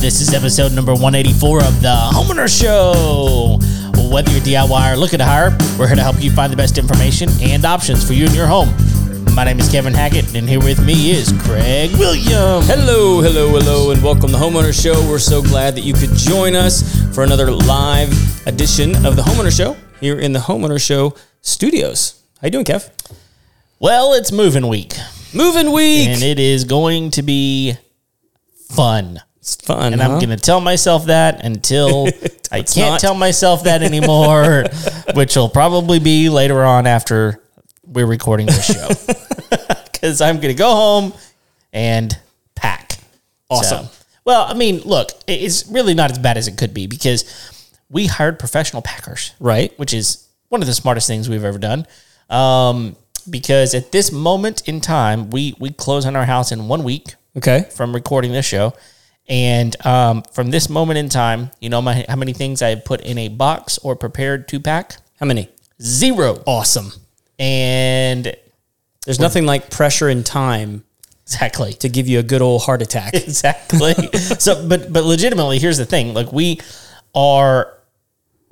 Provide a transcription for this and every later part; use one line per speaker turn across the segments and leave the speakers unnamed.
This is episode number 184 of the Homeowner Show. Whether you're DIY or looking to hire, we're here to help you find the best information and options for you and your home. My name is Kevin Hackett, and here with me is Craig Williams.
Hello, hello, hello, and welcome to Homeowner Show. We're so glad that you could join us for another live edition of the Homeowner Show here in the Homeowner Show studios. How you doing, Kev?
Well, it's moving week,
Moving week.
and it is going to be fun.
it's fun.
And
huh?
I'm going to tell myself that until I can't
Uh-huh. not.
tell myself that anymore, which will probably be later on after we're recording this show. Because I'm going to go home and pack.
Awesome.
So, well, I mean, look, i- it's really not as bad as it could be because we hired professional packers,
Right.
Which is one of the smartest things we've ever done. Um, because at this moment in time, we, we close on our house in one week
Okay.
from recording this show. And um, from this moment in time, you know my, how many things I put in a box or prepared to pack?
How many?
Zero.
Awesome.
And
There's nothing like pressure and time
exactly.
to give you a good old heart attack.
Exactly. so, but but legitimately, here's the thing: like we are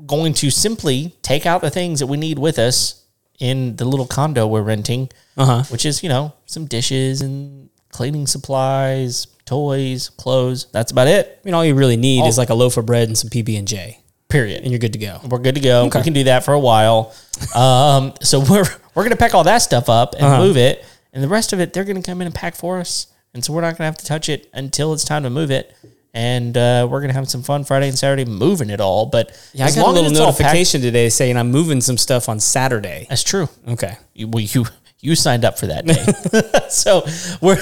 going to simply take out the things that we need with us in the little condo we're renting,
Uh-huh.
which is you know some dishes and cleaning supplies, toys, clothes. That's about it.
I mean, all you really need is like a loaf of bread and some PB and J,
Period.
and you're good to go.
We're good to go. We can do that for a while. Um, so we're we're gonna pack all that stuff up
Uh-huh.
and move it, and the rest of it they're gonna come in and pack for us, and so we're not gonna have to touch it until it's time to move it, and uh, we're gonna have some fun Friday and Saturday moving it all. But
Yeah, I
as
got a
long as
little
it's all packed-
notification today saying I'm moving some stuff on Saturday.
that's true.
Okay.
You, well, you you signed up for that day, so we're.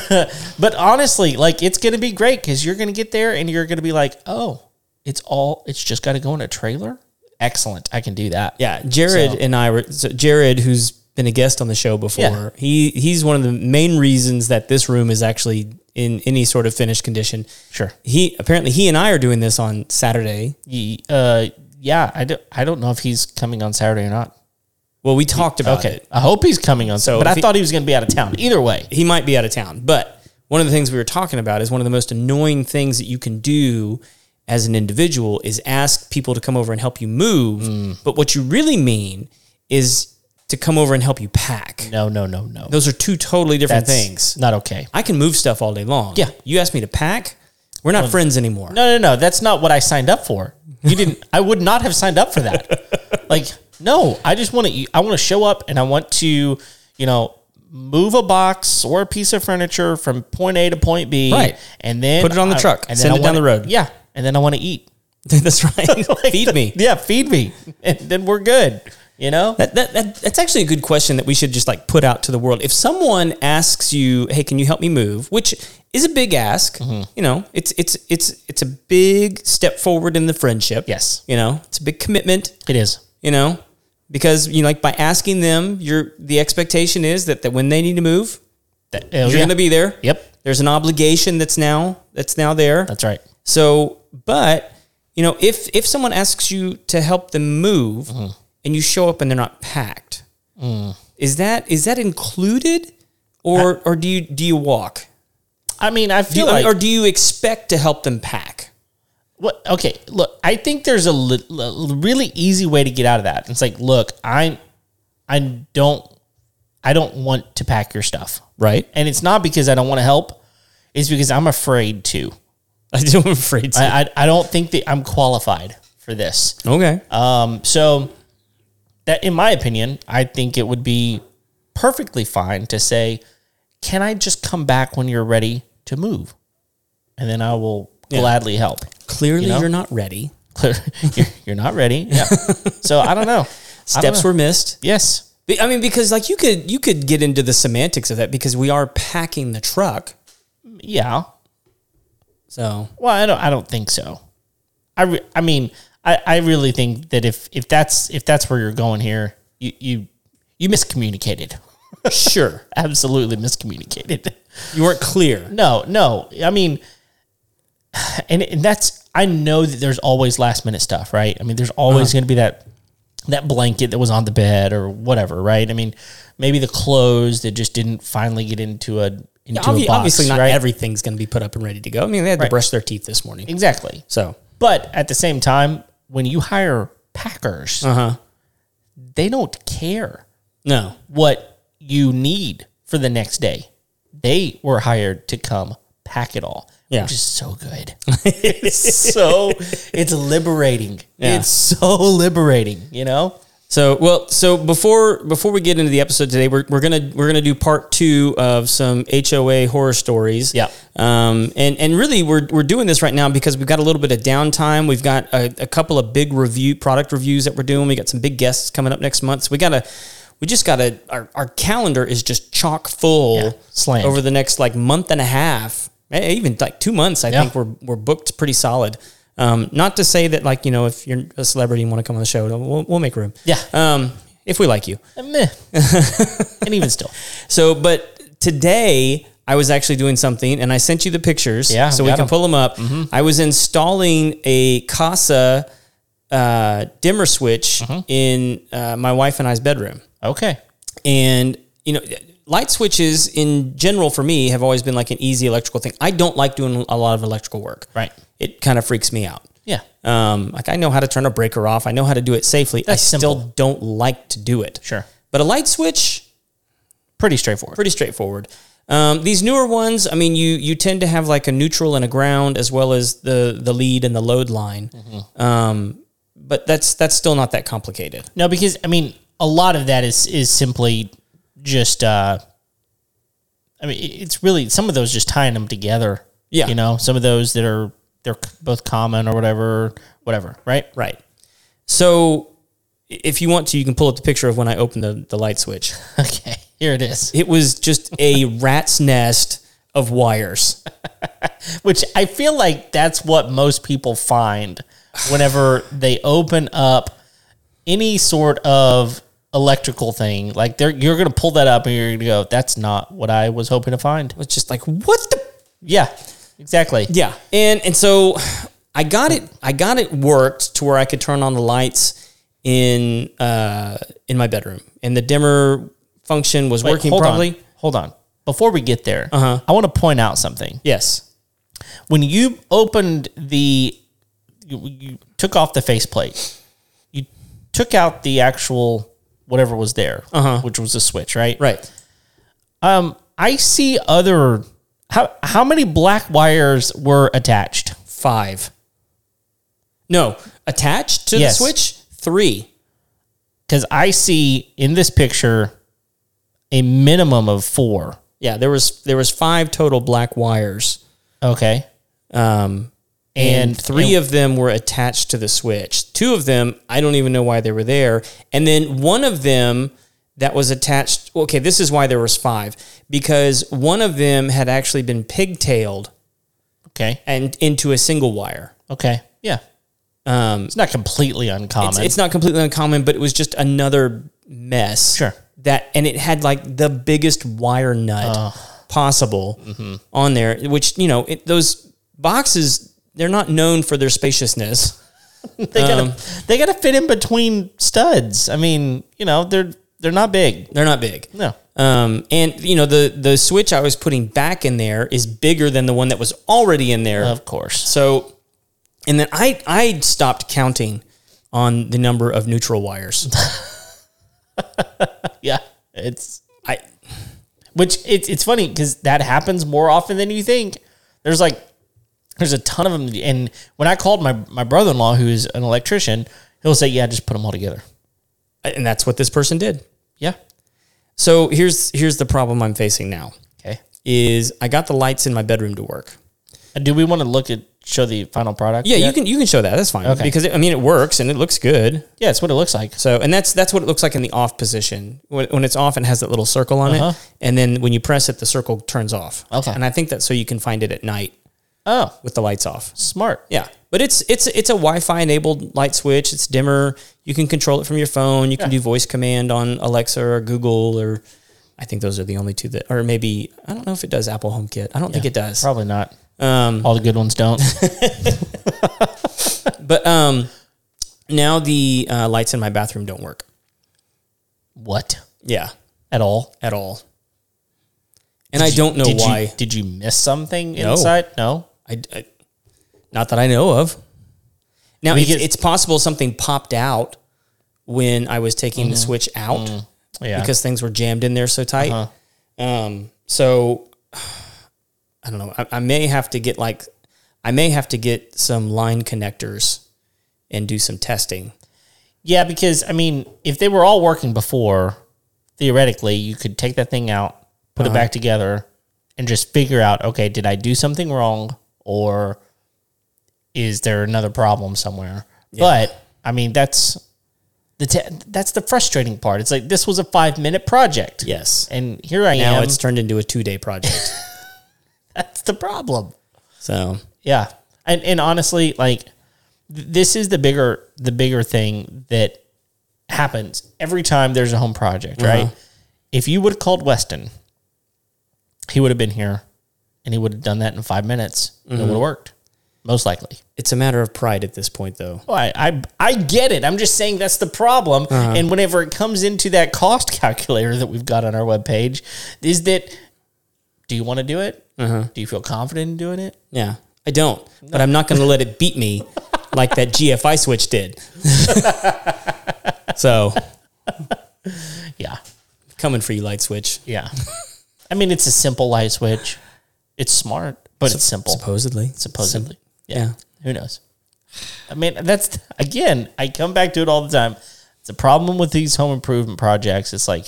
But honestly, like it's gonna be great because you're gonna get there and you're gonna be like, oh, it's all it's just got to go in a trailer. Excellent, I can do that.
Yeah, Jared
So-
and I were so Jared, who's been a guest on the show before.
Yeah.
He he's one of the main reasons that this room is actually in any sort of finished condition.
sure.
He apparently he and I are doing this on Saturday.
Ye- uh, yeah, I don't, I don't know if he's coming on Saturday or not.
Well, we talked about
Okay,
it.
I hope he's coming on. So, but
if
I
he-
thought he was going to be out of town. Either way,
He might be out of town, but one of the things we were talking about is one of the most annoying things that you can do as an individual is ask people to come over and help you move.
Hmm.
But what you really mean is to come over and help you pack.
no, no, no, no.
Those are two totally different things.
not okay.
I can move stuff all day long.
Yeah.
You asked me to pack. We're not friends anymore.
No, no, no. That's not what I signed up for. You didn't. I would not have signed up for that. Like, no. I just want to. I want to show up, and I want to, you know, move a box or a piece of furniture from point A to point B,
Right.
And then
Put it on the
I-
truck.
and then
Send
I
it down
wanna-
the road.
Yeah, and then I want to eat.
That's right. Feed me.
Yeah, feed me, and then we're good. You know.
That, that, that, that's actually a good question that we should just like put out to the world. If someone asks you, "Hey, can you help me move?" which is a big ask, you know, it's it's it's it's a big step forward in the friendship.
Yes.
you know, it's a big commitment.
It is.
You know, because you know, like by asking them, you're the expectation is that that when they need to move,
That, oh,
you're
yeah.
going to be there.
Yep.
There's an obligation that's now that's now there.
That's right.
So, but you know, if if someone asks you to help them move and you show up and they're not packed, is that is that included, or or do you do you walk,
I mean, I
do
feel
you,
like
or do you expect to help them pack?
what? Okay, look, I think there's a li- li- really easy way to get out of that. It's like, look, I, I don't, I don't want to pack your stuff,
Right.
and it's not because I don't want to help. It's because I'm afraid to.
I'm afraid. To.
I, I, I don't think that I'm qualified for this.
okay.
Um, so that, in my opinion, I think it would be perfectly fine to say, "Can I just come back when you're ready to move?" And then I will gladly help.
Clearly,
you
you
know?
are not ready.
Clear, you're, you're not ready. Yeah. So I don't know. I don't
Steps
know.
were missed.
yes.
Be- I mean, because like you could you could get into the semantics of that because we are packing the truck.
Yeah.
So
Well, I don't. I don't think so. I. Re, I mean, I, I. really think that if if that's if that's where you're going here, you you you miscommunicated.
sure,
Absolutely miscommunicated.
you weren't clear.
No, no. I mean, and, and that's I know that there's always last minute stuff, right? I mean, there's always
Uh-huh.
going to be that that blanket that was on the bed or whatever, right? I mean, maybe the clothes that just didn't finally get into a into
Obvi-
a box.
obviously, not
right?
everything's going to be put up and ready to go. I mean, they had to
Right.
brush their teeth this morning.
exactly.
So,
But at the same time, when you hire packers,
uh huh.
they don't care
No.
what you need for the next day. They were hired to come pack it all,
Yeah.
which is so good. it's so it's liberating. It's so liberating. You know,
So well, so before before we get into the episode today, we're, we're gonna we're gonna do part two of some HOA horror stories.
Yeah.
Um, and and really we're we're doing this right now because we've got a little bit of downtime. We've got a, a couple of big review product reviews that we're doing. We got some big guests coming up next month. So we gotta we just gotta our, our calendar is just chock full
Yeah, slammed.
over the next like month and a half, eh, even like two months. I
Yeah.
think we're we're booked pretty solid. Um, not to say that like you know if you're a celebrity and want to come on the show, we'll, we'll make room.
Yeah.
Um, if we like you.
Eh, Uh, meh. and even still,
So, but today I was actually doing something and I sent you the pictures.
Yeah,
So
we got Mm-hmm.
we can
'em.
pull them up. I was installing a Casa uh, dimmer switch
Mm-hmm.
in uh, my wife and I's bedroom.
okay,
And, you know, light switches in general for me have always been like an easy electrical thing. I don't like doing a lot of electrical work.
Right.
It kind of freaks me out.
yeah,
Um, like I know how to turn a breaker off. I know how to do it safely. I
That's
still don't like to do it.
Sure.
But a light switch,
pretty straightforward.
pretty straightforward. Um, these newer ones, I mean, you you tend to have like a neutral and a ground as well as the the lead and the load line. Um, but that's that's still not that complicated.
No, because I mean, a lot of that is is simply just. uh I mean, it- it's really some of those just tying them together.
Yeah.
you know, some of those that are they're c- both common or whatever, whatever. Right?
Right. So i- if you want to, you can pull up the picture of when I opened the, the light switch.
Okay, here it is.
It was just a rat's nest of wires.
Which I feel like that's what most people find whenever they open up any sort of electrical thing. Like they're you're gonna pull that up and you're gonna go, "That's not what I was hoping to find."
It's just like, what the
Yeah, exactly.
Yeah. And and so I got it I got it worked to where I could turn on the lights in uh in my bedroom. And the dimmer function was
Wait,
working
hold
properly.
On. Hold on. Before we get there, uh-huh. I want to point out something.
Yes.
When you opened the, you, you took off the faceplate, you took out the actual whatever was there, uh-huh. which was the switch, right?
Right.
Um, I see other. How how many black wires were attached?
5. No, attached to
Yes.
the switch 3.
Because I see in this picture a minimum of four.
Yeah, there was there was 5 total black wires.
Okay,
Um
and,
and three of them were attached to the switch. Two of them, I don't even know why they were there. And then one of them that was attached. Okay, this is why there was five because one of them had actually been pigtailed
okay,
and into a single wire.
okay, yeah.
Um,
It's not completely uncommon.
it's, it's not completely uncommon, but it was just another mess.
Sure.
That and it had like the biggest wire nut possible on there, which you know it, those boxes they're not known for their spaciousness.
They gotta they gotta fit in between studs. I mean, you know, they're they're not big.
They're not big.
No.
Um, and you know the the switch I was putting back in there is bigger than the one that was already in there.
Of course.
so, and then I I stopped counting on the number of neutral wires.
Yeah. It's
I
which it's it's funny because that happens more often than you think. There's like there's a ton of them and when I called my my brother in law who's an electrician, he'll say, Yeah, just put them all together.
and that's what this person did.
Yeah.
So here's here's the problem I'm facing now
Okay.
is I got the lights in my bedroom to work.
And do we want to look at show the final product?
Yeah, you
yet?
can you can show that. That's fine
Okay.
because it, I mean it works and it looks good.
yeah, it's what it looks like.
So, and that's that's what it looks like in the off position. When, when it's off, it has that little circle on
Uh-huh.
it, and then when you press it, the circle turns off.
Okay.
And I think that's so you can find it at night
Oh,
with the lights off.
smart.
Yeah, but it's it's it's a Wi-Fi enabled light switch. It's dimmer. You can control it from your phone. You can do voice command on Alexa or Google or. I think those are the only two that, or maybe I don't know if it does Apple HomeKit. I don't think it does.
Probably not. Um, all the good ones don't.
But um, now the uh, lights in my bathroom don't work.
what?
Yeah,
At all.
at all. And I don't know
did
why.
You, did you miss something
No.
inside? No.
I, I- not that I know of. Now
mean,
it's,
it-
it's possible something popped out when I was taking the switch out
Mm-hmm. Yeah. Uh-huh.
because things were jammed in there so tight. Um, so I don't know. I, I may have to get like I may have to get some line connectors and do some testing.
yeah, because I mean, if they were all working before, theoretically, you could take that thing out, put it
Uh-huh.
back together, and just figure out, okay, did I do something wrong, or is there another problem somewhere? But I mean, that's the te- that's the frustrating part. It's like this was a five minute project.
Yes.
and here I
Now
am.
it's turned into a two day project.
that's the problem.
so
Yeah. And and honestly, like th- this is the bigger the bigger thing that happens every time there's a home project, right? If you would have called Weston, he would have been here and he would have done that in five minutes and it would have worked. Most likely.
it's a matter of pride at this point though.
Oh, I, I I get it. I'm just saying that's the problem. And whenever it comes into that cost calculator that we've got on our webpage, is that do you want to do it? Do you feel confident in doing it?
Yeah. I don't. But I'm not gonna let it beat me like that GFI switch did. so
Yeah.
coming for you, light switch.
Yeah. I mean, it's a simple light switch. It's smart, but it's simple,
Supposedly.
supposedly. yeah.
Yeah.
Who knows? I mean, that's, again, I come back to it all the time. It's a problem with these home improvement projects. It's like,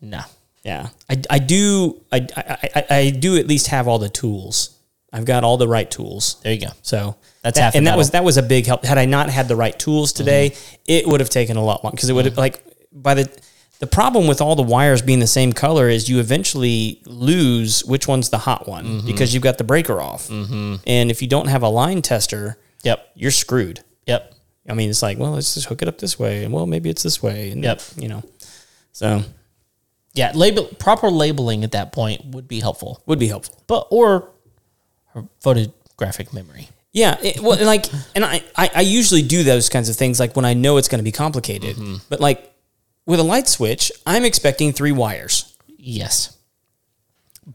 no.
Yeah, I, I do I, I, I- I do at least have all the tools. I've got all the right tools.
There you go.
So
That's
that,
half the
and that was that was a big help. Had I not had the right tools today, it would have taken a lot longer because it would have like by the the problem with all the wires being the same color is you eventually lose which one's the hot one
Mm-hmm.
because you've got the breaker off, and if you don't have a line tester,
Yep.
you're screwed.
Yep.
I mean, it's like well, let's just hook it up this way, and well, maybe it's this way, and
Yep.
you know, so
Yeah. Label, proper labeling at that point would be helpful,
would be helpful.
but, or her photographic memory.
Yeah, it, well, and like, and I, I, I usually do those kinds of things like when I know it's going to be complicated. But like with a light switch, I'm expecting three wires.
Yes.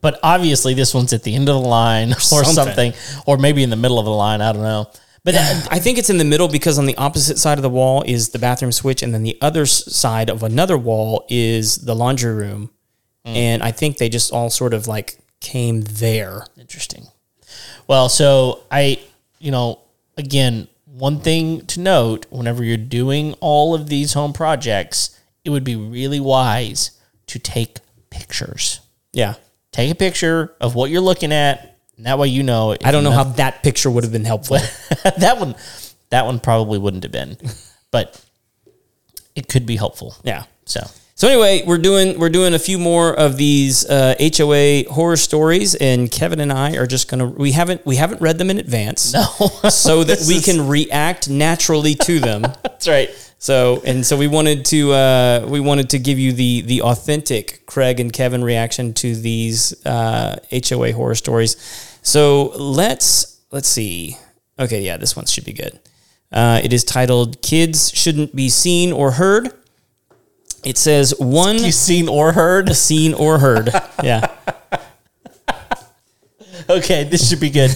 But obviously, this one's at the end of the line or
something.
something, or maybe in the middle of the line. I don't know. But that-
I think it's in the middle because on the opposite side of the wall is the bathroom switch, and then the other s- side of another wall is the laundry room. And I think they just all sort of like came there.
Interesting. Well, so I, you know, again, one thing to note whenever you're doing all of these home projects, it would be really wise to take pictures.
Yeah,
Take a picture of what you're looking at. And that way you know.
I don't know how that picture would have been helpful.
that one, that one probably wouldn't have been, but it could be helpful.
yeah.
So,
So anyway, we're doing we're doing a few more of these uh, HOA horror stories, and Kevin and I are just gonna we haven't we haven't read them in advance,
no,
so that we
is-
can react naturally to them.
that's right.
so and so we wanted to uh, we wanted to give you the the authentic Craig and Kevin reaction to these uh, HOA horror stories. So let's let's see. Okay, yeah, this one should be good. Uh, it is titled "Kids Shouldn't Be Seen or Heard." It says one
You seen or heard?
seen or heard. Yeah.
Okay, this should be good.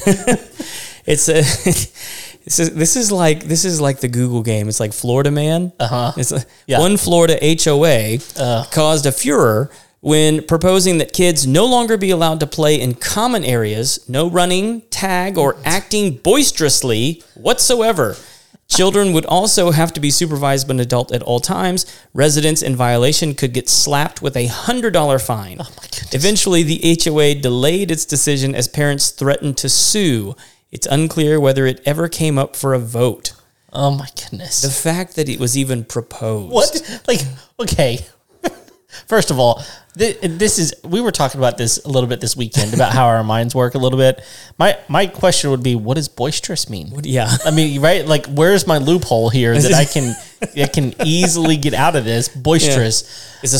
It's a this is this is like this is like the Google game. It's like Florida man. Uh-huh. It's a,
Yeah.
one Florida HOA caused a furor when proposing that kids no longer be allowed to play in common areas, no running, tag or acting boisterously whatsoever. Children would also have to be supervised by an adult at all times. Residents in violation could get slapped with a $100 fine. Eventually, the HOA delayed its decision as parents threatened to sue. It's unclear whether it ever came up for a vote.
Oh my goodness.
The fact that it was even proposed.
What? Like, okay. First of all, thi- this is we were talking about this a little bit this weekend about how our minds work a little bit. My my question would be, what does boisterous mean?
Yeah.
I mean, right? Like, where's my loophole here that I can I can easily get out of this boisterous?
Is a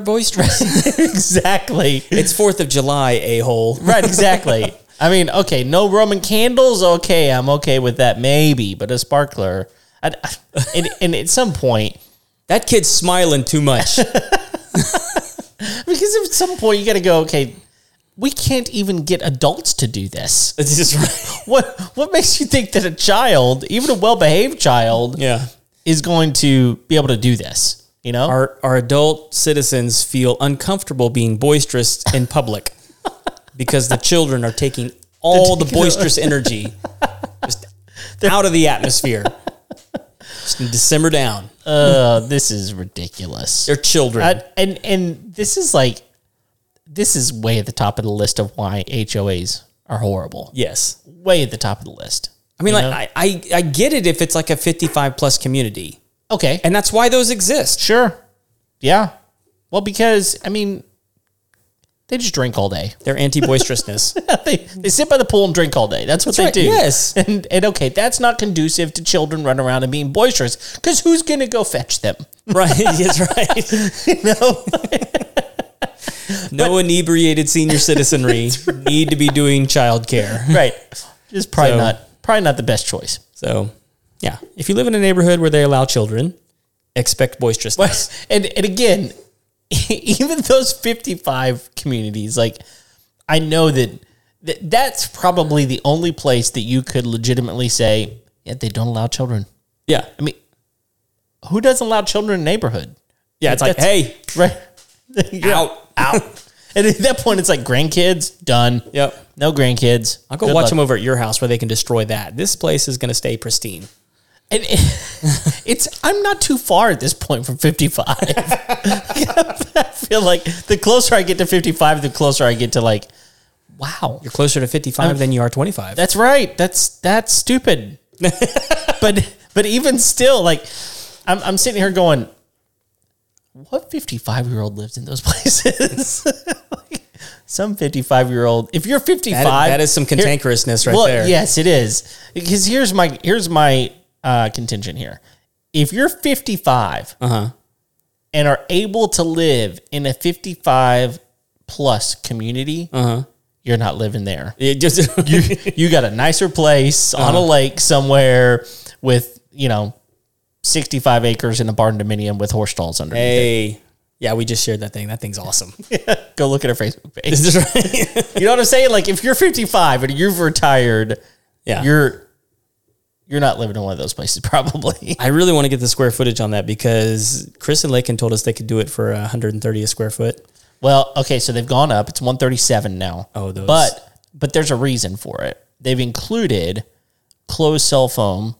boisterous?
exactly.
it's 4th of July, a hole.
Right. Exactly. I mean, okay, no Roman candles. Okay, I'm okay with that, maybe, but a sparkler. I, I- and, and at some point,
That kid's smiling too much.
because because at some point you got to go. Okay, we can't even get adults to do this.
This is right.
What what makes you think that a child, even a well behaved child,
Yeah.
is going to be able to do this? You know,
Our, our adult citizens feel uncomfortable being boisterous in public because the children are taking all the boisterous energy just out of the atmosphere. Just need to simmer down.
uh, this is ridiculous.
They're children.
Uh, and and this is like this is way at the top of the list of why HOAs are horrible.
yes.
Way at the top of the list.
I mean, like, I, I, I get it if it's like a 55 plus community,
Okay.
and that's why those exist.
sure. Yeah. Well, because I mean they just drink all day.
They're anti boisterousness.
they, they sit by the pool and drink all day. That's what
That's
they
right,
do.
yes.
And and okay, that's not conducive to children running around and being boisterous because who's gonna go fetch them?
right. Yes, right.
You know?
No inebriated senior citizenry need to be doing childcare.
right. Just probably
So-
not probably not the best choice.
So, yeah, if you live in a neighborhood where they allow children, expect
But
boisterousness.
and and again, even those fifty five communities, like I know that th- that's probably the only place that you could legitimately say, yeah, they don't allow children.
Yeah,
I mean, who doesn't allow children in a neighborhood?
yeah. It's like,
That's-
hey,
Right. Yeah.
out, out.
And at that point, it's like grandkids done.
Yep.
No grandkids.
I'll go watch them over at your house where they can destroy that. This place is going to stay pristine.
And it- it's I'm not too far at this point from 55. I feel like the closer I get to 55, the closer I get to like, wow,
You're closer to 55 than you are 25.
that's right. That's that's stupid. but but even still, like I'm I'm sitting here going, what 55 year old lives in those places? Like, some 55 year old. If you're 55,
That- that is some
here-
cantankerousness right
well,
there.
yes, it is. Because here's my here's my uh, contention here. If you're 55
Uh-huh.
and are able to live in a 55 plus community,
Uh-huh.
you're not living there.
It just
you got a nicer place on
Uh-huh.
a lake somewhere with you know 65 acres in a barn dominium with horse stalls under.
hey, yeah, we just shared that thing. That thing's awesome.
Go look at our Facebook page.
Is this right?
You know what I'm saying? Like if you're 55 and you've retired,
yeah.
you're you're not living in one of those places probably.
I really want to get the square footage on that because Chris and Lakin told us they could do it for 130 a square foot.
Well, okay, so they've gone up. It's 137 now.
Oh, those-
But but there's a reason for it. They've included closed cell foam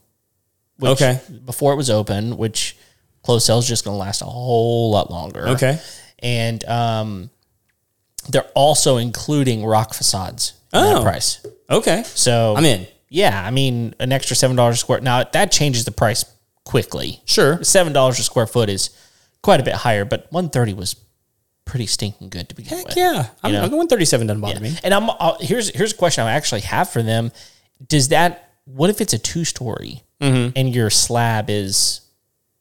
which
Okay.
before it was open, which closed cell is just going to last a whole lot longer.
Okay.
And um they're also including rock facades in that
Oh.
price.
Okay.
So
I'm in.
Yeah, I mean an extra seven dollars a square. Now that changes the price quickly.
Sure.
Seven dollars a square foot is quite a bit higher, but one thirty was pretty stinking good to begin with.
Yeah. I'm, I'm 137 doesn't bother me.
And I'm uh, here's here's a question I actually have for them. Does that what if it's a two story
Mm-hmm.
and your slab is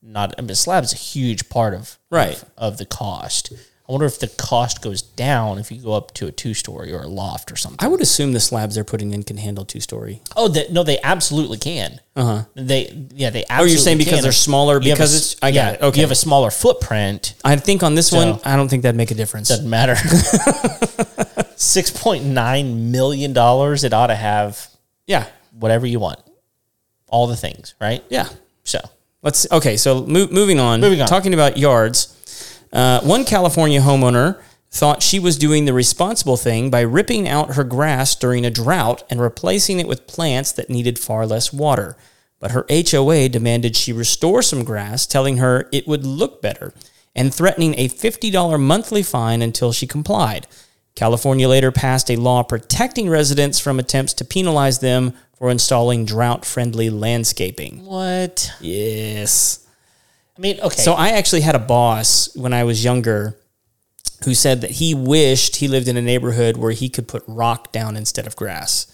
not? I mean, slab is a huge part of
Right.
of the cost. I wonder if the cost goes down if you go up to a two story or a loft or something.
I would assume the slabs they're putting in can handle two story.
Oh, they, no, they absolutely can. Uh huh. They yeah, they. Absolutely
Uh-huh. Oh, you're saying because
can.
they're smaller?
You have a
Because
s-
it's I got
yeah,
it. Okay.
You have a smaller footprint.
I think on this one, I don't think that'd make a difference.
Doesn't matter. Six point nine million dollars. It ought to have
yeah.
whatever you want, all the things, right?
Yeah.
So
Let's okay. So mo- moving on.
Moving on.
Talking about yards. Uh, one California homeowner thought she was doing the responsible thing by ripping out her grass during a drought and replacing it with plants that needed far less water. But her HOA demanded she restore some grass, telling her it would look better and threatening a $50 monthly fine until she complied. California later passed a law protecting residents from attempts to penalize them for installing drought friendly landscaping.
what?
Yes.
I mean, okay.
So I actually had a boss when I was younger who said that he wished he lived in a neighborhood where he could put rock down instead of grass.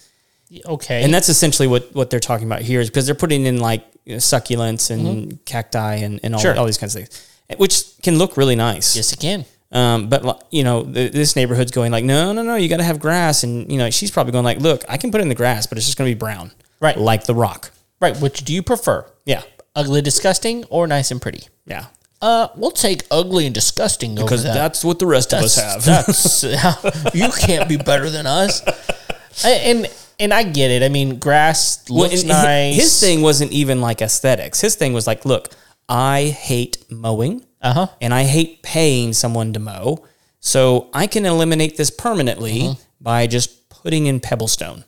okay,
And that's essentially what, what they're talking about here is because they're putting in like you know, succulents and cacti and, and all,
Mm-hmm. Sure.
all these kinds of things, which can look really nice.
yes, again.
Um, but like, you know, th- this neighborhood's going like, no, no, no, you got to have grass. And, you know, she's probably going like, look, I can put it in the grass, but it's just going to be brown.
Right.
Like the rock.
Right. Which do you prefer?
Yeah.
Ugly, disgusting, or nice and pretty?
Yeah.
Uh, we'll take ugly and disgusting
because
over that.
that's what the rest of us have.
That's, that's- you can't be better than us. I- And and I get it. I mean, grass
Well,
looks
and hi-
nice.
His thing wasn't even like aesthetics. His thing was like, look, I hate mowing, uh,
Uh-huh.
and I hate paying someone to mow, so I can eliminate this permanently
Mm-hmm.
by just putting in pebblestone.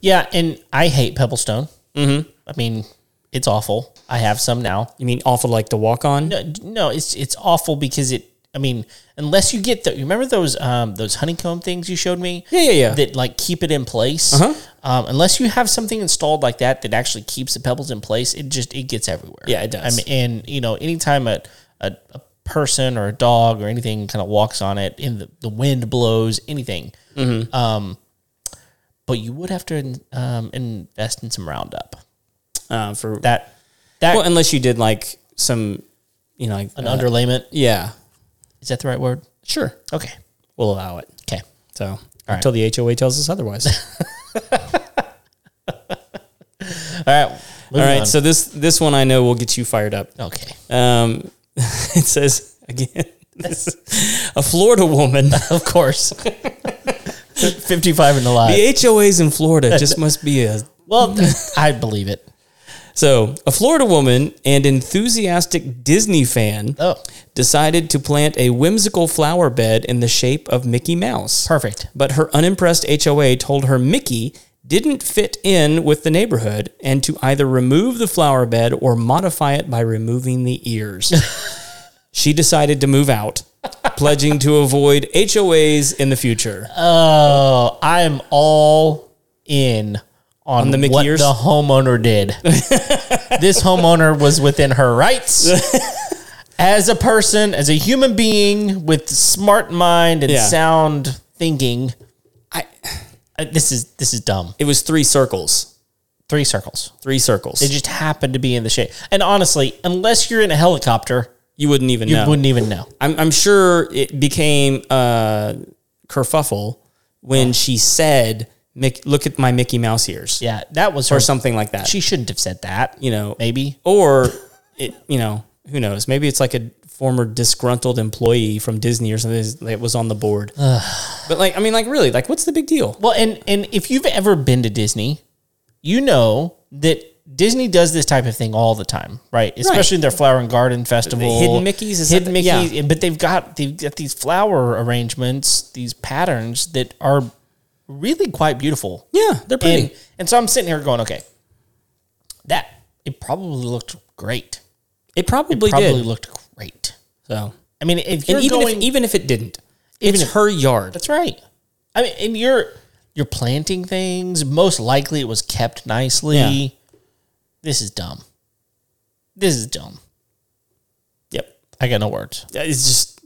yeah. And I hate pebblestone. Mm-hmm. I mean, it's awful. I have some now.
You mean awful like to walk on?
No, no, it's it's awful because it. I mean, unless you get the. You remember those um those honeycomb things you showed me?
Yeah, yeah, Uh-huh. yeah.
That like keep it in place. Um, unless you have something installed like that that actually keeps the pebbles in place, it just it gets everywhere.
Yeah, it does.
I mean, and you know, anytime a a, a person or a dog or anything kind of walks on it, in the the wind blows, anything. Um,
Mm-hmm.
but you would have to um, invest in some Roundup.
Uh, for that,
That that
well, unless you did like some, you know, like
an
uh,
underlayment
yeah,
is that the right word?
sure,
Okay.
we'll allow it.
Okay.
So until the HOA tells us otherwise.
All right.
All right,
So
so this this one I know will get you fired up.
okay.
Um, it says again, this is a Florida woman.
Of course. Fifty-five and alive.
The HOAs in Florida just must be a.
Well, I believe it.
So, a Florida woman and enthusiastic Disney fan
Oh,
decided to plant a whimsical flower bed in the shape of Mickey Mouse.
perfect.
But her unimpressed HOA told her Mickey didn't fit in with the neighborhood and to either remove the flower bed or modify it by removing the ears. she decided to move out, pledging to avoid HOAs in the future.
Oh, I am all in on,
the Mickey
what
ears?
the homeowner did. this homeowner was within her rights as a person, as a human being with smart mind and
Yeah.
sound thinking.
I-
Uh, this is this is dumb.
It was three circles.
Three circles.
Three circles.
It just happened to be in the shape. And honestly, unless you're in a helicopter,
you wouldn't even
you
know.
wouldn't even know.
I'm, I'm sure it became uh, kerfuffle when she said, Mick, "Look at my Mickey Mouse ears,"
Yeah, that was her.
or something like that.
she shouldn't have said that.
you know,
Maybe.
or it, you know, who knows? Maybe it's like a former disgruntled employee from Disney or something that was on the board. but like, I mean, like, really, like, what's the big deal?
Well, and and if you've ever been to Disney, you know that Disney does this type of thing all the time, right? Especially their Flower and Garden Festival,
Hidden Mickeys is
hidden
something-
Mickey's. But they've got they've got these flower arrangements, these patterns that are really quite beautiful.
Yeah, they're pretty.
And, and so I'm sitting here going, okay, that it probably looked great.
it probably,
Probably
did.
looked great.
So,
I mean, if you're
and even
going,
if even if it didn't, it's
if-
her yard.
That's right. I mean, and you're you're planting things. Most likely, it was kept nicely.
Yeah.
This is dumb. This is dumb.
Yep,
I got no words.
uh, it's just.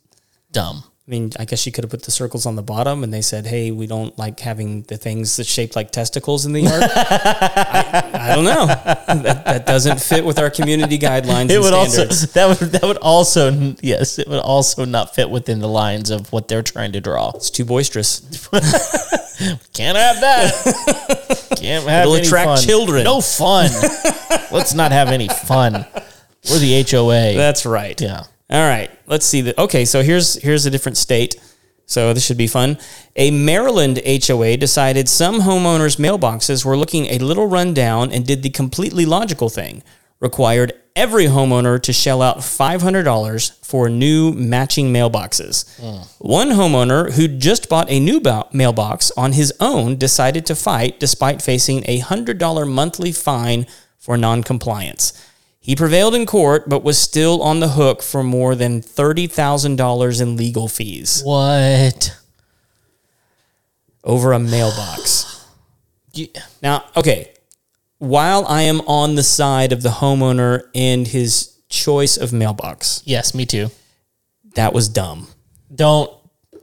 Dumb.
I mean, I guess she could have put the circles on the bottom, and they said, "Hey, we don't like having the things that shaped like testicles in the yard." I, I don't know. That, that doesn't fit with our community guidelines.
It
and
would also
standards.
that would that would also yes it would also not fit within the lines of what they're trying to draw.
It's too boisterous.
Can't have that. Can't have
It'll
any
attract
fun.
children.
No fun. Let's not have any fun. We're the HOA.
That's right.
yeah.
All right. Let's see. The, okay, so here's here's a different state. So this should be fun. A Maryland HOA decided some homeowners' mailboxes were looking a little rundown and did the completely logical thing. Required every homeowner to shell out $500 for new matching mailboxes. One homeowner who just bought a new bo- mailbox on his own decided to fight despite facing a $100 monthly fine for noncompliance. He prevailed in court, but was still on the hook for more than $30,000 in legal fees
What?
over a mailbox.
You-
now, okay, while I am on the side of the homeowner and his choice of mailbox,
yes, me too.
that was dumb.
don't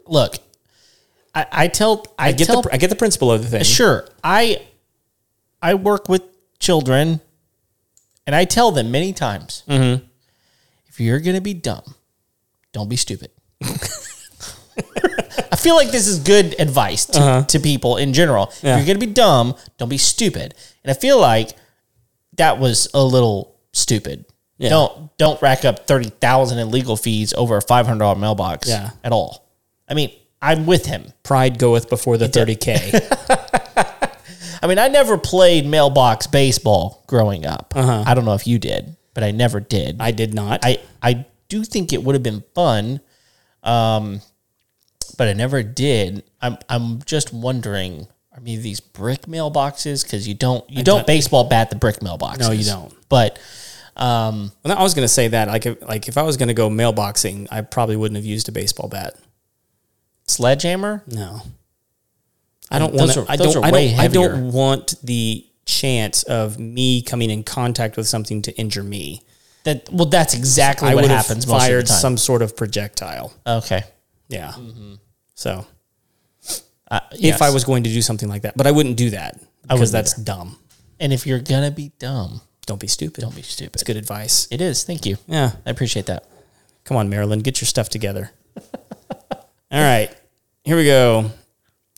look. I, I tell I,
Get
tell
the, I get the principle of the thing.
sure I I work with children, and I tell them many times
Mm-hmm.
if you're gonna be dumb, don't be stupid. I feel like this is good advice to,
Uh-huh.
to people in general. If you're gonna be dumb, don't be stupid. And I feel like that was a little stupid
Yeah.
Don't don't rack up thirty thousand in legal fees over a five hundred dollar mailbox.
Yeah.
at all. I mean, I'm with him.
Pride goeth before the 30K.
I mean, I never played mailbox baseball growing up. I don't know if you did, but I never did.
Uh-huh. I did not.
I I do think it would have been fun, um, but I never did. I'm I'm just wondering. I mean, these brick mailboxes because you don't you don't baseball bat the brick mailboxes.
No, you don't.
But
Well, I was going to say that like if, like if I was going to go mailboxing, I probably wouldn't have used a baseball bat.
sledgehammer.
No, I don't want.
Those
to
are-
I
those
don't.
are
I
way
don't, I
heavier.
don't want the chance of me coming in contact with something to injure me.
That well, that's exactly
I
what
would
happens.
have fired
most of
some sort of projectile.
the time. Okay.
Yeah. So
Uh,
if I was going to do something like that, but I wouldn't do that because
wouldn't
that's dumb.
and if you're gonna be dumb,
Don't be stupid.
don't be stupid.
It's good advice.
It is. Thank you.
Yeah.
I appreciate that.
Come on, Marilyn, get your stuff together. All right. Here we go.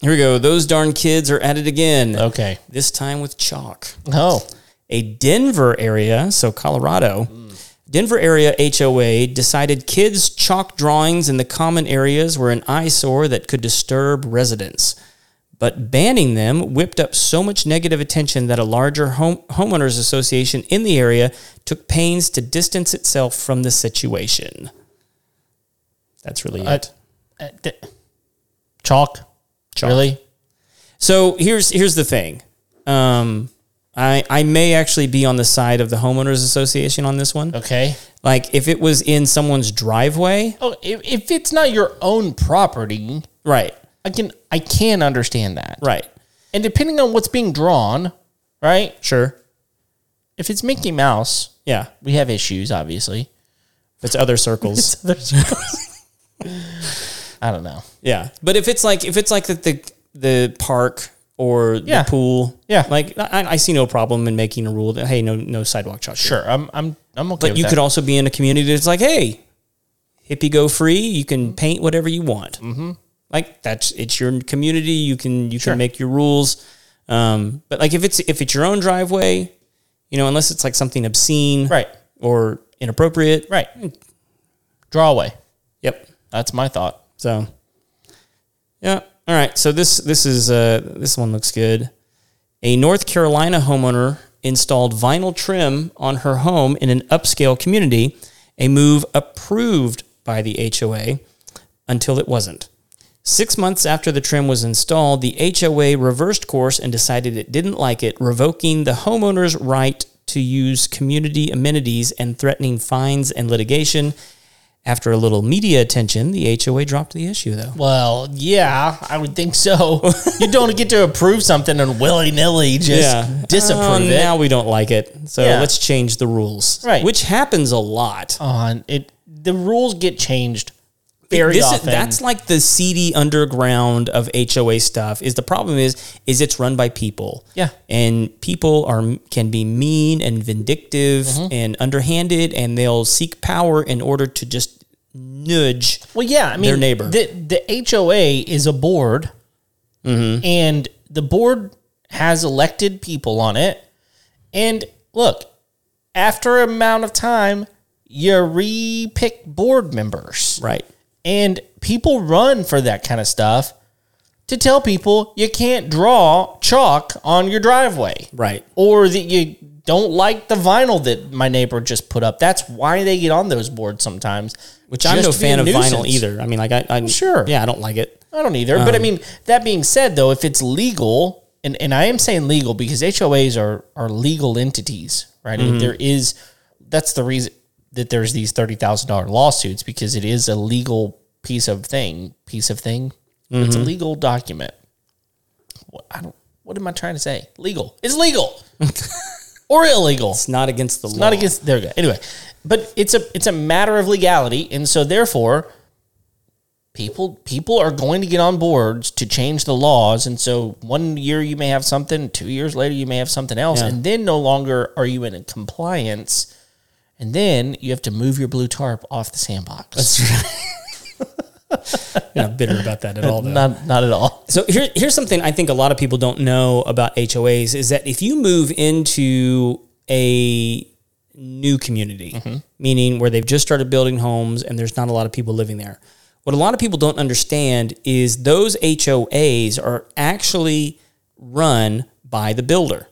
Here we go. Those darn kids are at it again.
Okay.
This time with chalk.
Oh,
a Denver area, so Colorado, Denver area HOA decided kids' chalk drawings in the common areas were an eyesore that could disturb residents. But banning them whipped up so much negative attention that a larger home, homeowners association in the area took pains to distance itself from the situation. That's really
Uh,
it.
uh, d- chalk.
Chalk.
Really?
So here's here's the thing. Um, I I may actually be on the side of the homeowners association on this one.
Okay.
Like if it was in someone's driveway,
Oh, if, if it's not your own property,
right,
I can I can understand that.
right,
And depending on what's being drawn, right?
sure,
If it's Mickey Mouse,
yeah.
we have issues, obviously.
If it's other circles,
I don't know.
yeah. But if it's like if it's like the the, the park or
Yeah.
the pool,
Yeah.
like I, I see no problem in making a rule that hey, no no sidewalk chalk. here.
Sure, I'm I'm I'm okay.
but you could also be in a community that's like hey, hippie go free. You can paint whatever you want. Mm-hmm. Like that's it's your community. You can you can make your rules. Um, but like if it's if it's your own driveway, you know, unless it's like something obscene,
right,
or inappropriate.
right. Draw away.
Yep.
That's my thought.
So, yeah. All right. So this this is uh, this one looks good. A North Carolina homeowner installed vinyl trim on her home in an upscale community, a move approved by the HOA until it wasn't. Six months after the trim was installed, the HOA reversed course and decided it didn't like it, revoking the homeowner's right to use community amenities and threatening fines and litigation. After a little media attention, the HOA dropped the issue, though.
Well, yeah, I would think so. you don't get to approve something and willy nilly just disapprove
Oh,
it.
Now we don't like it, so
Yeah.
let's change the rules.
Right.
which happens a lot.
on it. The rules get changed very
This is-
often.
that's like the seedy underground of HOA stuff. Is the problem is is it's run by people.
Yeah.
and people are can be mean and vindictive
Mm-hmm.
and underhanded, and they'll seek power in order to just nudge.
Well, yeah, I mean,
Their neighbor.
The the HOA is a board,
Mm-hmm.
and the board has elected people on it. And look, after an amount of time, you repick board members,
Right.
and people run for that kind of stuff to tell people you can't draw chalk on your driveway,
Right.
or that you don't like the vinyl that my neighbor just put up. That's why they get on those boards sometimes.
Which I'm
just
no
to be a
fan of vinyl
nuisance.
either. I mean, like I, I
sure.
yeah, I don't like it.
I don't either. but I mean, that being said, though, if it's legal, and, and I am saying legal because HOAs are are legal entities, right? And there is that's the reason that there's these thirty thousand dollar lawsuits because it is a legal piece of thing, piece of thing. It's a legal document. What I don't. What am I trying to say? Legal. It's legal or illegal
It's not against the law.
not against there we go anyway but it's a it's a matter of legality and so therefore people people are going to get on boards to change the laws and so one year you may have something two years later you may have something else and then no longer are you in compliance and then you have to move your blue tarp off the sandbox
You're not bitter about that at all. Though.
not not at all
So here, here's something I think a lot of people don't know about HOAs is that if you move into a new community, meaning where they've just started building homes and there's not a lot of people living there. What a lot of people don't understand is those HOAs are actually run by the builder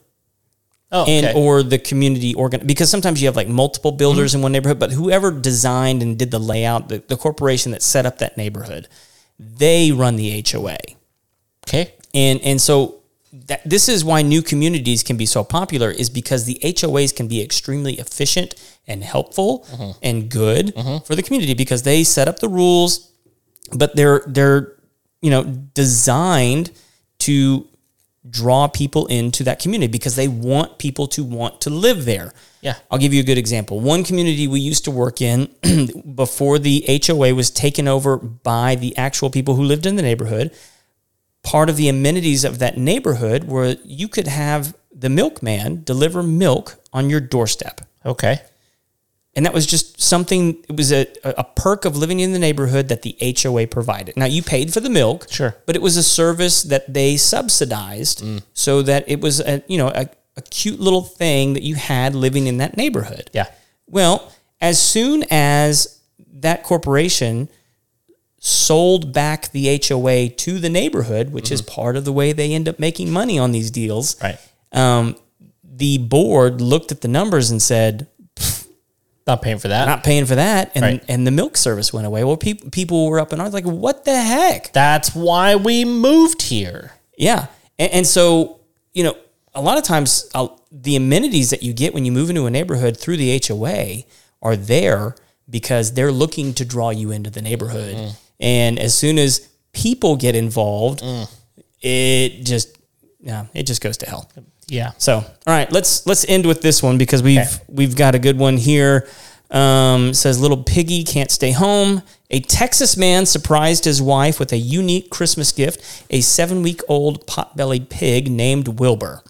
Oh,
and
okay.
or the community organ because sometimes you have like multiple builders in one neighborhood but whoever designed and did the layout the, the corporation that set up that neighborhood they run the HOA
okay.
and and so that, this is why new communities can be so popular is because the HOAs can be extremely efficient and helpful and good for the community because they set up the rules, but they're they're you know designed to draw people into that community because they want people to want to live there.
Yeah.
I'll give you a good example. One community we used to work in before the HOA was taken over by the actual people who lived in the neighborhood, part of the amenities of that neighborhood were you could have the milkman deliver milk on your doorstep.
Okay.
And that was just something, it was a, a perk of living in the neighborhood that the HOA provided. Now, you paid for the milk,
Sure. Mm.
but it was a service that they subsidized so that it was a, you know, a, a cute little thing that you had living in that neighborhood.
Yeah.
Well, as soon as that corporation sold back the HOA to the neighborhood, which is part of the way they end up making money on these deals,
Mm-hmm. Right.
um, the board looked at the numbers and said,
Not paying for that.
not paying for that. And,
Right.
and the milk service went away. Well, peop people were up in arms like, what the heck?
That's why we moved here.
Yeah. And, and so, you know, a lot of times uh, the amenities that you get when you move into a neighborhood through the HOA are there because they're looking to draw you into the neighborhood. And as soon as people get involved, it just, yeah, it just goes to hell.
Yeah.
So, all right, let's let's end with this one because we've we've got a good one here. Um, it says little piggy can't stay home. A Texas man surprised his wife with a unique Christmas gift: a seven-week-old pot-bellied pig named Wilbur.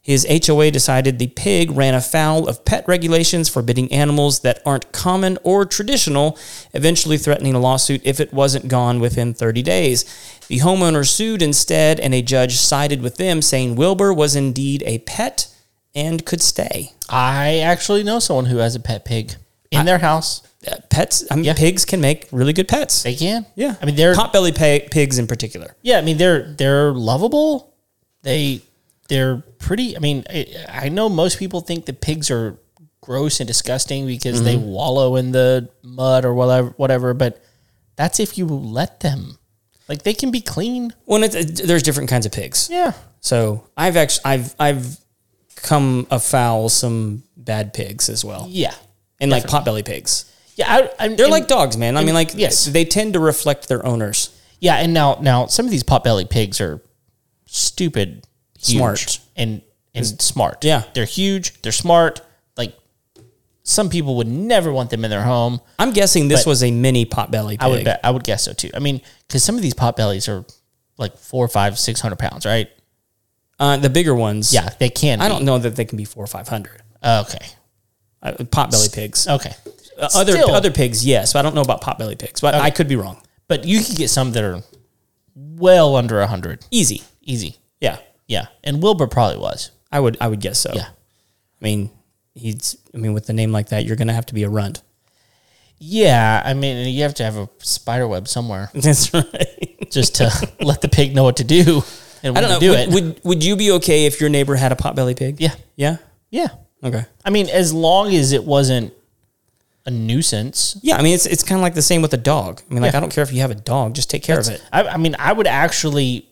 His HOA decided the pig ran afoul of pet regulations forbidding animals that aren't common or traditional, eventually threatening a lawsuit if it wasn't gone within 30 days. The homeowner sued instead, and a judge sided with them, saying Wilbur was indeed a pet and could stay.
I actually know someone who has a pet pig in their house.
Uh, Pets, I mean, pigs can make really good pets.
They can.
yeah,
I mean, they're
potbelly pig, pigs in particular.
yeah. I mean, they're they're lovable. They they're pretty. I mean, I, I know most people think that pigs are gross and disgusting because they
Mm-hmm.
wallow in the mud or whatever, whatever. But that's if you let them. Like they can be clean.
When it's, uh, there's different kinds of pigs.
Yeah.
So I've actually I've I've come afoul some bad pigs as well,
Yeah.
and like potbelly pigs.
Yeah. I, I'm,
They're like dogs, man. I mean, like
yes.
they tend to reflect their owners.
Yeah, and now now some of these potbelly pigs are stupid, huge
Smart.
and and smart.
Yeah.
they're huge. They're smart. Like some people would never want them in their home.
I'm guessing this was a mini potbelly pig.
I would bet. I would guess so too. I mean, because some of these potbellies are like four, five, six hundred pounds, right?
Uh, the bigger ones.
Yeah, they can. Oh,
I don't know that they can be four or five hundred.
Okay.
Uh, potbelly pigs.
Okay.
Uh, other
still-
other pigs, yes, but I don't know about potbelly pigs. But I could be wrong.
But you could get some that are well under a hundred,
Easy.
easy.
Yeah,
Yeah, and Wilbur probably was.
I would I would guess so.
Yeah.
I mean, he's. I mean, with a name like that, you're gonna have to be a runt.
Yeah, I mean, you have to have a spider web somewhere.
That's right.
just to let the pig know what to do and when
I don't
to
know.
do
would,
it.
would would you be okay if your neighbor had a potbelly pig?
yeah,
Yeah.
yeah.
Okay.
I mean, as long as it wasn't a nuisance.
Yeah, I mean it's it's kind of like the same with a dog. I mean, like I don't care if you have a dog, just take care of it.
I, I mean, I would actually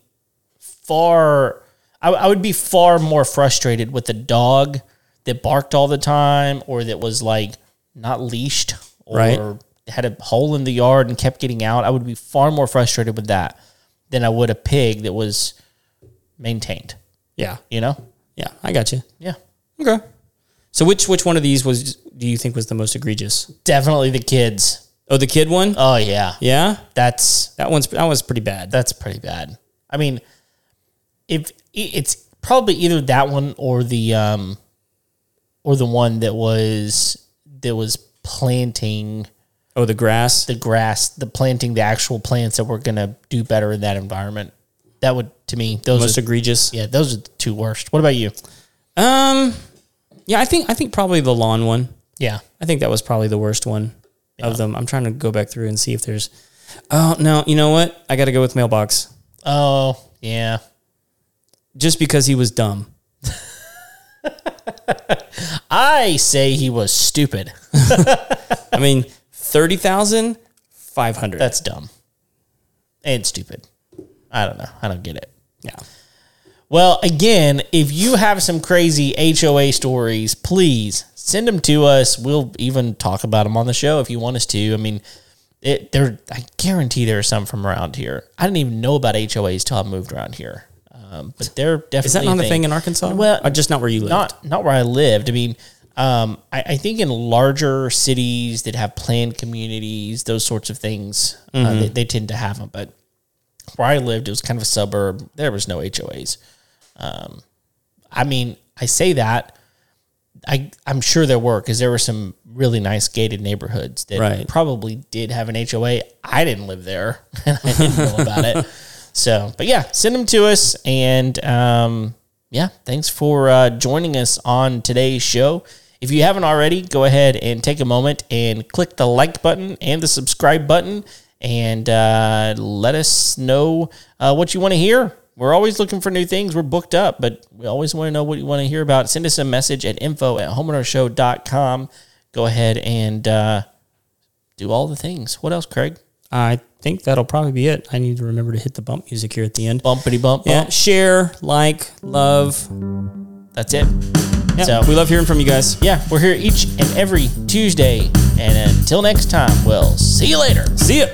far. I, I would be far more frustrated with a dog that barked all the time or that was like not leashed or
Right.
had a hole in the yard and kept getting out. I would be far more frustrated with that than I would a pig that was maintained.
Yeah,
You know?
yeah, I got you.
Yeah.
Okay. So which which one of these was do you think was the most egregious?
Definitely the kids.
Oh, the kid one.
Oh yeah.
yeah,
that's
that one's that was pretty bad.
that's pretty bad. I mean, if i- it's probably either that one or the um or the one that was that was planting
oh, the grass.
the grass, the planting the actual plants that were going to do better in that environment. That would to me those
most
are,
egregious.
yeah, those are the two worst. What about you?
Um, yeah, I think I think probably the lawn one.
Yeah.
I think that was probably the worst one of them. I'm trying to go back through and see if there's. Oh no! You know what? I got to go with mailbox
Oh, yeah.
just because he was dumb.
I say he was stupid.
I mean, thirty thousand five hundred.
That's dumb. And stupid. I don't know. I don't get it.
yeah.
Well, again, if you have some crazy HOA stories, please send them to us. We'll even talk about them on the show if you want us to. I mean, it, there, I guarantee there are some from around here. I didn't even know about HOAs till I moved around here. Um, but they're definitely
Is that not
a
the thing in Arkansas?
Well,
Or just not where you live.
not not where I lived. I mean, um, I, I think in larger cities that have planned communities, those sorts of things, uh, they, they tend to have them. But where I lived, it was kind of a suburb. There was no HOAs. Um, I mean, I say that. I, I'm sure there were because there were some really nice gated neighborhoods that
Right.
probably did have an HOA. I didn't live there and I didn't know about it. So, but yeah, send them to us. And um, yeah, thanks for uh, joining us on today's show. If you haven't already, go ahead and take a moment and click the like button and the subscribe button and uh, let us know uh, what you want to hear. We're always looking for new things. We're booked up, but we always want to know what you want to hear about. Send us a message at info at homeownershow.com. Go ahead and uh, do all the things. What else, Craig?
I think that'll probably be it. I need to remember to hit the bump music here at the end.
Bumpity bump.
Yeah,
bump.
share, like, love.
That's it.
Yeah,
So-
we love hearing from you guys.
Yeah, we're here each and every Tuesday. And until next time, we'll see you later.
See ya.